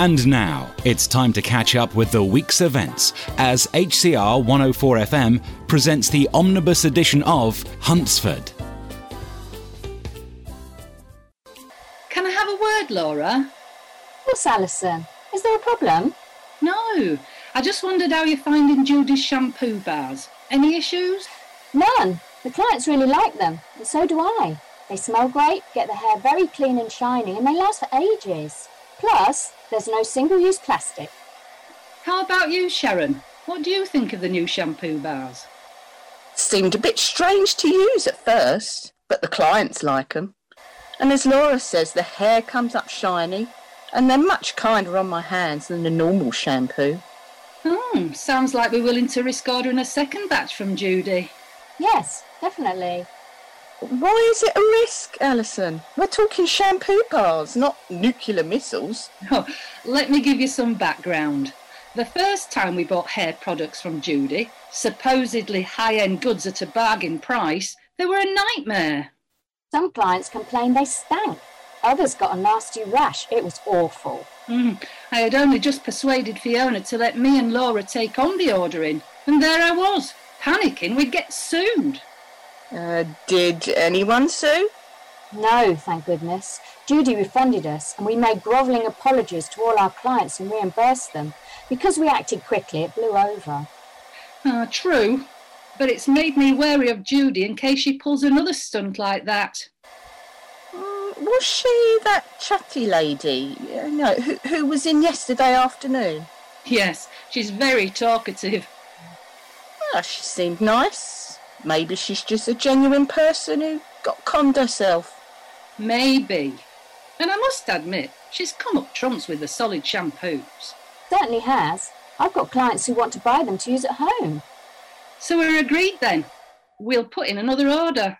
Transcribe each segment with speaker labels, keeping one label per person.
Speaker 1: And now it's time to catch up with the week's events as HCR 104 FM presents the omnibus edition of Huntsford.
Speaker 2: Can I have a word, Laura?
Speaker 3: course, Alison. Is there a problem?
Speaker 2: No. I just wondered how you're finding Judy's shampoo bars. Any issues?
Speaker 3: None. The clients really like them, and so do I. They smell great, get the hair very clean and shiny, and they last for ages. Plus, there's no single use plastic.
Speaker 2: How about you, Sharon? What do you think of the new shampoo bars?
Speaker 4: Seemed a bit strange to use at first, but the clients like 'em. And as Laura says, the hair comes up shiny, and they're much kinder on my hands than the normal shampoo.
Speaker 2: Hmm, sounds like we're willing to risk ordering a second batch from Judy.
Speaker 3: Yes, definitely.
Speaker 4: Why is it a risk, Alison? We're talking shampoo bars, not nuclear missiles.
Speaker 2: Oh, let me give you some background. The first time we bought hair products from Judy, supposedly high end goods at a bargain price, they were a nightmare.
Speaker 3: Some clients complained they stank. Others got a nasty rash. It was awful.
Speaker 2: Mm, I had only just persuaded Fiona to let me and Laura take on the ordering, and there I was, panicking we'd get sued.
Speaker 4: Uh, did anyone sue?
Speaker 3: No, thank goodness. Judy refunded us, and we made grovelling apologies to all our clients and reimbursed them. Because we acted quickly, it blew over.
Speaker 2: Ah, true, but it's made me wary of Judy in case she pulls another stunt like that.
Speaker 4: Mm, was she that chatty lady? Uh, no, who, who was in yesterday afternoon?
Speaker 2: Yes, she's very talkative.
Speaker 4: Ah, she seemed nice. Maybe she's just a genuine person who got conned herself.
Speaker 2: Maybe. And I must admit, she's come up trumps with the solid shampoos.
Speaker 3: Certainly has. I've got clients who want to buy them to use at home.
Speaker 2: So we're agreed then. We'll put in another order.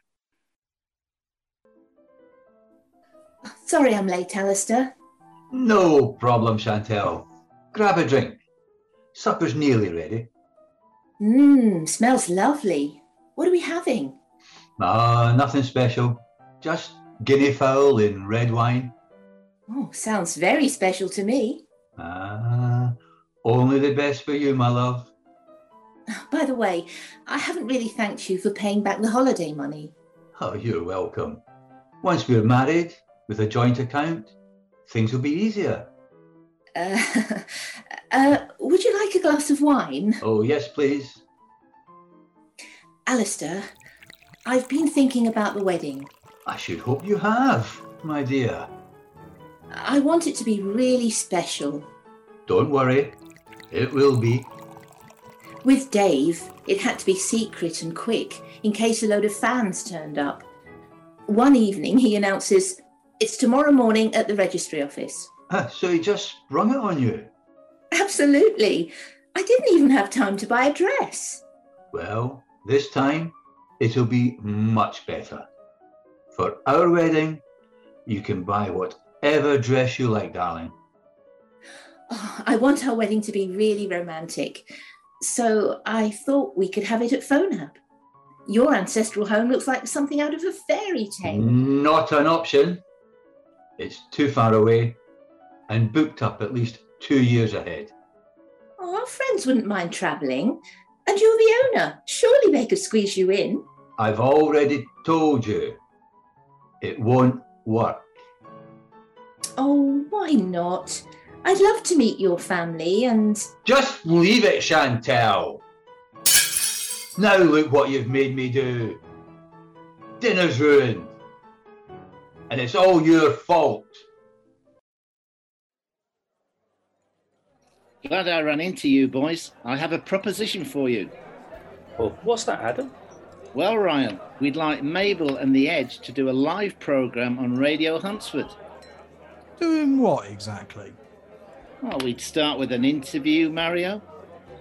Speaker 5: Sorry I'm late, Alistair.
Speaker 6: No problem, Chantel. Grab a drink. Supper's nearly ready.
Speaker 5: Mmm, smells lovely. What are we having?
Speaker 6: Ah, nothing special. Just guinea fowl in red wine.
Speaker 5: Oh, sounds very special to me.
Speaker 6: Ah, only the best for you, my love.
Speaker 5: By the way, I haven't really thanked you for paying back the holiday money.
Speaker 6: Oh, you're welcome. Once we're married with a joint account, things will be easier.
Speaker 5: Uh, uh, would you like a glass of wine?
Speaker 6: Oh, yes, please.
Speaker 5: Alistair, I've been thinking about the wedding.
Speaker 6: I should hope you have, my dear.
Speaker 5: I want it to be really special.
Speaker 6: Don't worry. It will be.
Speaker 5: With Dave, it had to be secret and quick in case a load of fans turned up. One evening, he announces, It's tomorrow morning at the registry office.
Speaker 6: Ah, so he just sprung it on you.
Speaker 5: Absolutely. I didn't even have time to buy a dress.
Speaker 6: Well, this time it'll be much better. For our wedding, you can buy whatever dress you like, darling.
Speaker 5: Oh, I want our wedding to be really romantic. So I thought we could have it at Phonehab. Your ancestral home looks like something out of a fairy tale.
Speaker 6: Not an option. It's too far away and booked up at least two years ahead.
Speaker 5: Oh, our friends wouldn't mind travelling. And you're the owner. Surely they could squeeze you in.
Speaker 6: I've already told you it won't work.
Speaker 5: Oh, why not? I'd love to meet your family and
Speaker 6: Just leave it, Chantel. Now look what you've made me do. Dinner's ruined. And it's all your fault.
Speaker 7: Glad I ran into you, boys. I have a proposition for you.
Speaker 8: Well, what's that, Adam?
Speaker 7: Well, Ryan, we'd like Mabel and the Edge to do a live program on Radio Huntsford.
Speaker 9: Doing what exactly?
Speaker 7: Well, we'd start with an interview, Mario.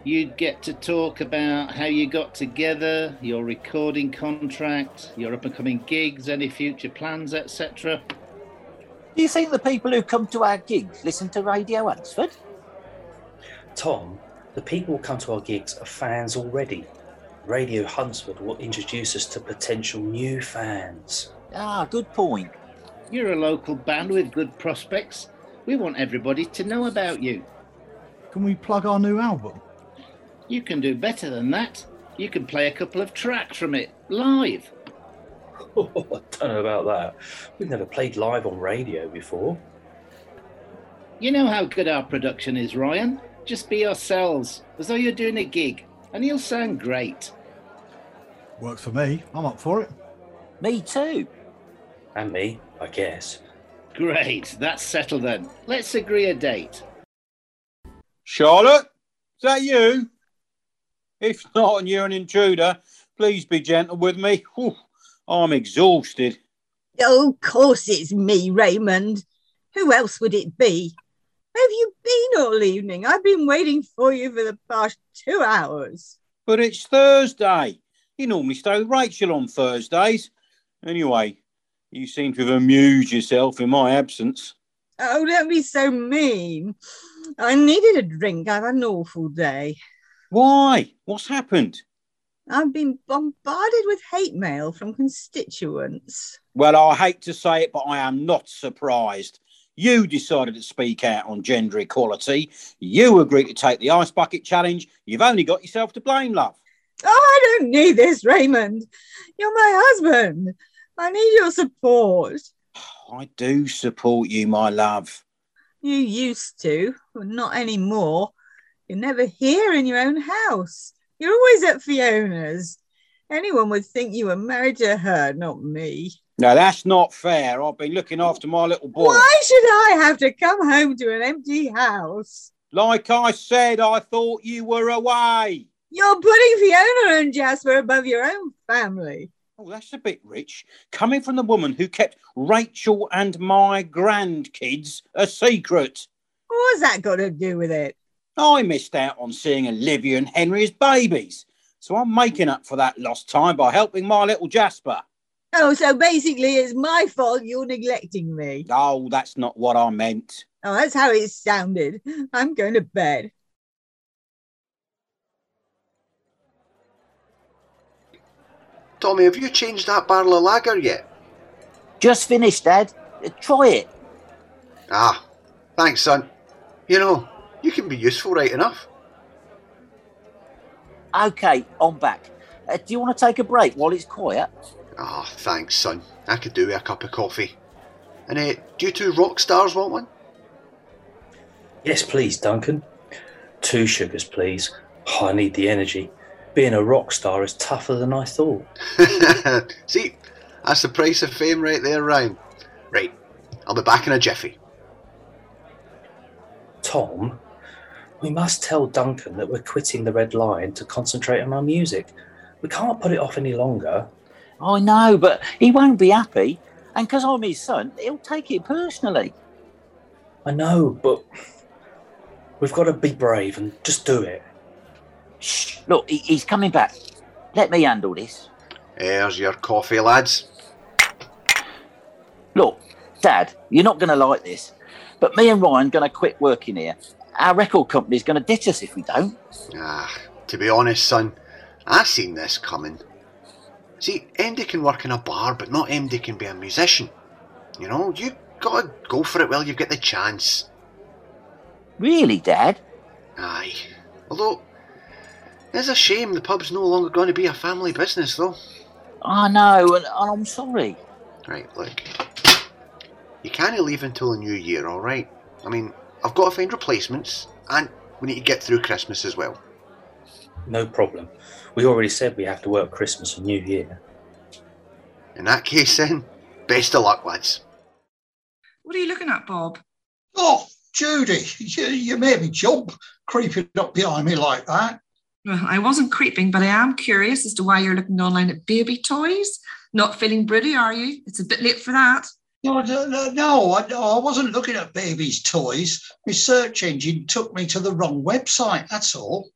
Speaker 7: You'd get to talk about how you got together, your recording contract, your up and coming gigs, any future plans, etc.
Speaker 10: Do you think the people who come to our gigs listen to Radio Ansford?
Speaker 8: Tom, the people who come to our gigs are fans already. Radio Huntsford will introduce us to potential new fans.
Speaker 10: Ah, good point.
Speaker 7: You're a local band with good prospects. We want everybody to know about you.
Speaker 9: Can we plug our new album?
Speaker 7: You can do better than that. You can play a couple of tracks from it live.
Speaker 8: I don't know about that. We've never played live on radio before.
Speaker 7: You know how good our production is, Ryan. Just be yourselves, as though you're doing a gig, and you'll sound great.
Speaker 9: Works for me. I'm up for it.
Speaker 10: Me too.
Speaker 8: And me, I guess.
Speaker 7: Great, that's settled then. Let's agree a date.
Speaker 11: Charlotte, is that you? If not, and you're an intruder, please be gentle with me. Whew, I'm exhausted.
Speaker 12: Oh, of course it's me, Raymond. Who else would it be? Where have you been all evening? I've been waiting for you for the past two hours.
Speaker 11: But it's Thursday. You normally stay with Rachel on Thursdays. Anyway, you seem to have amused yourself in my absence.
Speaker 12: Oh, don't be so mean. I needed a drink. I've had an awful day.
Speaker 11: Why? What's happened?
Speaker 12: I've been bombarded with hate mail from constituents.
Speaker 11: Well, I hate to say it, but I am not surprised. You decided to speak out on gender equality. You agreed to take the ice bucket challenge. You've only got yourself to blame, love.
Speaker 12: Oh, I don't need this, Raymond. You're my husband. I need your support.
Speaker 11: I do support you, my love.
Speaker 12: You used to, but not anymore. You're never here in your own house. You're always at Fiona's. Anyone would think you were married to her, not me.
Speaker 11: No, that's not fair. I've been looking after my little boy.
Speaker 12: Why should I have to come home to an empty house?
Speaker 11: Like I said, I thought you were away.
Speaker 12: You're putting Fiona and Jasper above your own family.
Speaker 11: Oh, that's a bit rich. Coming from the woman who kept Rachel and my grandkids a secret.
Speaker 12: What's that got to do with it?
Speaker 11: I missed out on seeing Olivia and Henry as babies. So I'm making up for that lost time by helping my little Jasper.
Speaker 12: Oh, so basically it's my fault you're neglecting me.
Speaker 11: Oh, that's not what I meant.
Speaker 12: Oh, that's how it sounded. I'm going to bed.
Speaker 13: Tommy, have you changed that barrel of lager yet?
Speaker 10: Just finished, Dad. Uh, Try it.
Speaker 13: Ah, thanks, son. You know, you can be useful right enough.
Speaker 10: Okay, I'm back. Uh, do you want to take a break while it's quiet?
Speaker 13: Ah, thanks, son. I could do with a cup of coffee. And uh, do you two rock stars want one?
Speaker 8: Yes, please, Duncan. Two sugars, please. I need the energy. Being a rock star is tougher than I thought.
Speaker 13: See, that's the price of fame right there, Ryan. Right, I'll be back in a jiffy.
Speaker 8: Tom, we must tell Duncan that we're quitting the Red Lion to concentrate on our music. We can't put it off any longer.
Speaker 10: I know, but he won't be happy. And because I'm his son, he'll take it personally.
Speaker 8: I know, but we've got to be brave and just do it.
Speaker 10: Shh, look, he, he's coming back. Let me handle this.
Speaker 13: Here's your coffee, lads.
Speaker 10: Look, Dad, you're not going to like this, but me and Ryan going to quit working here. Our record company's going to ditch us if we don't.
Speaker 13: Ah, to be honest, son, I seen this coming. See, MD can work in a bar, but not MD can be a musician. You know, you gotta go for it while you've got the chance.
Speaker 10: Really, Dad?
Speaker 13: Aye. Although, it's a shame the pub's no longer going to be a family business, though.
Speaker 10: I know, and, and I'm sorry.
Speaker 13: Right, look. You can't leave until the new year, alright? I mean, I've got to find replacements, and we need to get through Christmas as well.
Speaker 8: No problem. We already said we have to work Christmas and New Year.
Speaker 13: In that case, then, best of luck, lads.
Speaker 14: What are you looking at, Bob?
Speaker 15: Oh, Judy, you, you made me jump creeping up behind me like that.
Speaker 14: Well, I wasn't creeping, but I am curious as to why you're looking online at baby toys. Not feeling britty, are you? It's a bit late for that.
Speaker 15: No, no, no, no, I, no, I wasn't looking at babies' toys. My search engine took me to the wrong website, that's all.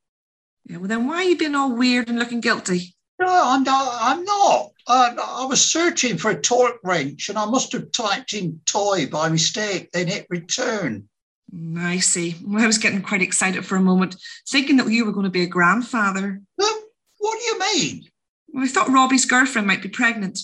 Speaker 14: Yeah, well, then why are you being all weird and looking guilty?
Speaker 15: No, I'm not. I'm not. Uh, I was searching for a torque wrench and I must have typed in toy by mistake, then hit return.
Speaker 14: Mm, I see. Well, I was getting quite excited for a moment, thinking that you were going to be a grandfather.
Speaker 15: Huh? What do you mean?
Speaker 14: Well, I thought Robbie's girlfriend might be pregnant.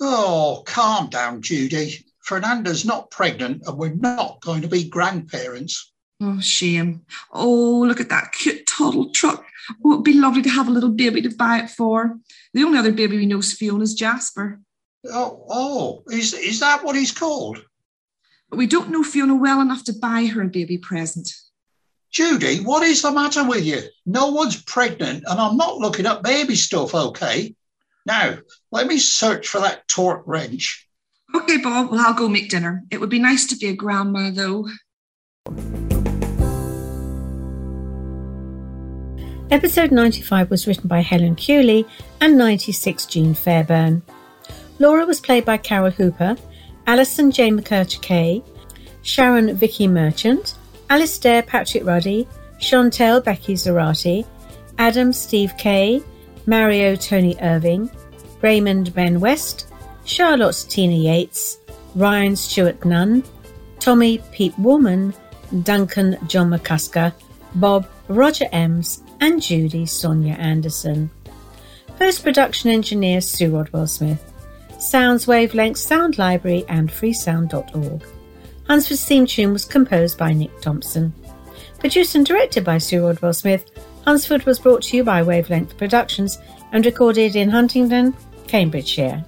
Speaker 15: Oh, calm down, Judy. Fernanda's not pregnant and we're not going to be grandparents.
Speaker 14: Oh, shame. Oh, look at that cute toddle truck. Oh, it'd be lovely to have a little baby to buy it for. The only other baby we know is Fiona's Jasper.
Speaker 15: Oh, oh, is, is that what he's called?
Speaker 14: But we don't know Fiona well enough to buy her a baby present.
Speaker 15: Judy, what is the matter with you? No one's pregnant and I'm not looking up baby stuff, okay? Now, let me search for that torque wrench.
Speaker 14: Okay, Bob, well, I'll go make dinner. It would be nice to be a grandma, though.
Speaker 16: Episode 95 was written by Helen Cooley and 96 Jean Fairburn. Laura was played by Carol Hooper, Alison J. McCurcher Kay, Sharon Vicky Merchant, Alistair Patrick Ruddy, Chantel Becky Zarati, Adam Steve Kay, Mario Tony Irving, Raymond Ben West, Charlotte Tina Yates, Ryan Stewart Nunn, Tommy Pete Woolman, Duncan John McCusker, Bob Roger Ems, and Judy Sonia Anderson. Post production engineer Sue Rodwell Smith. Sounds Wavelength Sound Library and freesound.org. Huntsford's theme tune was composed by Nick Thompson. Produced and directed by Sue Rodwell Smith, Huntsford was brought to you by Wavelength Productions and recorded in Huntingdon, Cambridgeshire.